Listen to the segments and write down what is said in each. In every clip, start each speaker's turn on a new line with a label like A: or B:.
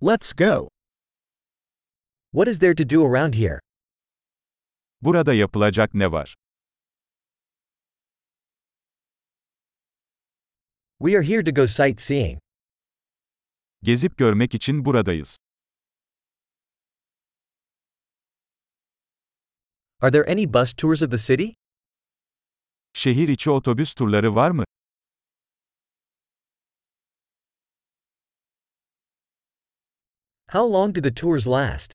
A: Let's go.
B: What is there to do around here?
C: Burada yapılacak ne var?
B: We are here to go sightseeing.
C: Gezip görmek için buradayız.
B: Are there any bus tours of the city?
C: Şehir içi otobüs turları var mı?
B: How long do the tours last?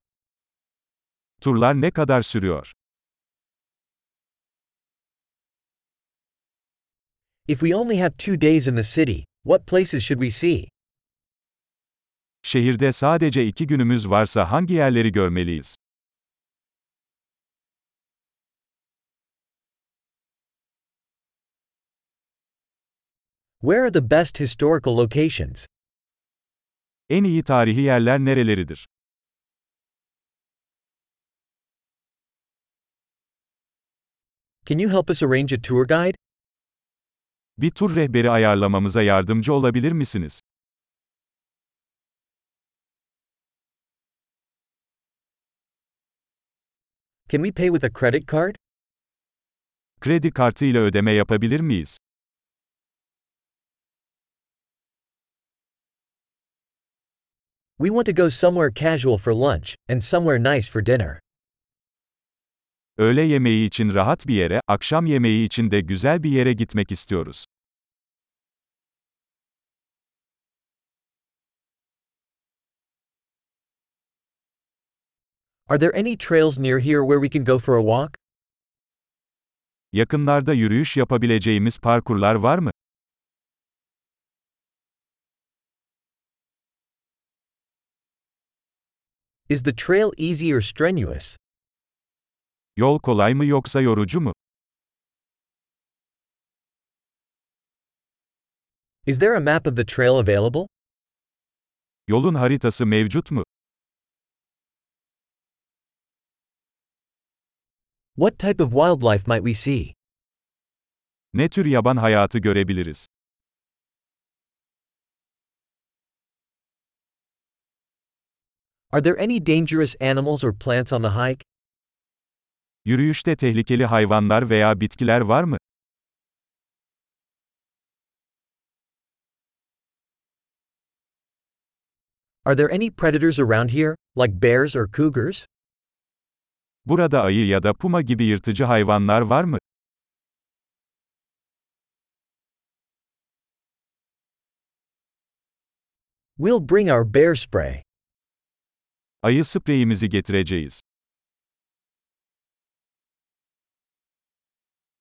C: Turlar ne kadar sürüyor?
B: If we only have two days in the city, what places should we see?
C: Şehirde sadece iki günümüz varsa hangi yerleri görmeliyiz?
B: Where are the best historical locations?
C: En iyi tarihi yerler nereleridir?
B: Can you help us arrange a tour guide?
C: Bir tur rehberi ayarlamamıza yardımcı olabilir misiniz?
B: Can we pay with a credit card?
C: Kredi kartıyla ödeme yapabilir miyiz?
B: We want to go somewhere casual for lunch and somewhere nice for dinner.
C: Öğle yemeği için rahat bir yere, akşam yemeği için de güzel bir yere gitmek istiyoruz.
B: Are there any trails near here where we can go for a walk?
C: Yakınlarda yürüyüş yapabileceğimiz parkurlar var mı?
B: Is the trail easy or strenuous?
C: Yol kolay mı yoksa yorucu mu?
B: Is there a map of the trail available?
C: Yolun haritası mevcut mu?
B: What type of wildlife might we see?
C: Ne tür yaban hayatı görebiliriz?
B: Are there any dangerous animals or plants on the hike?
C: Yürüyüşte tehlikeli hayvanlar veya bitkiler var mı?
B: Are there any predators around here, like bears or cougars?
C: Burada ayı ya da puma gibi yırtıcı hayvanlar var mı?
B: We'll bring our bear spray.
C: Ayı spreyimizi getireceğiz.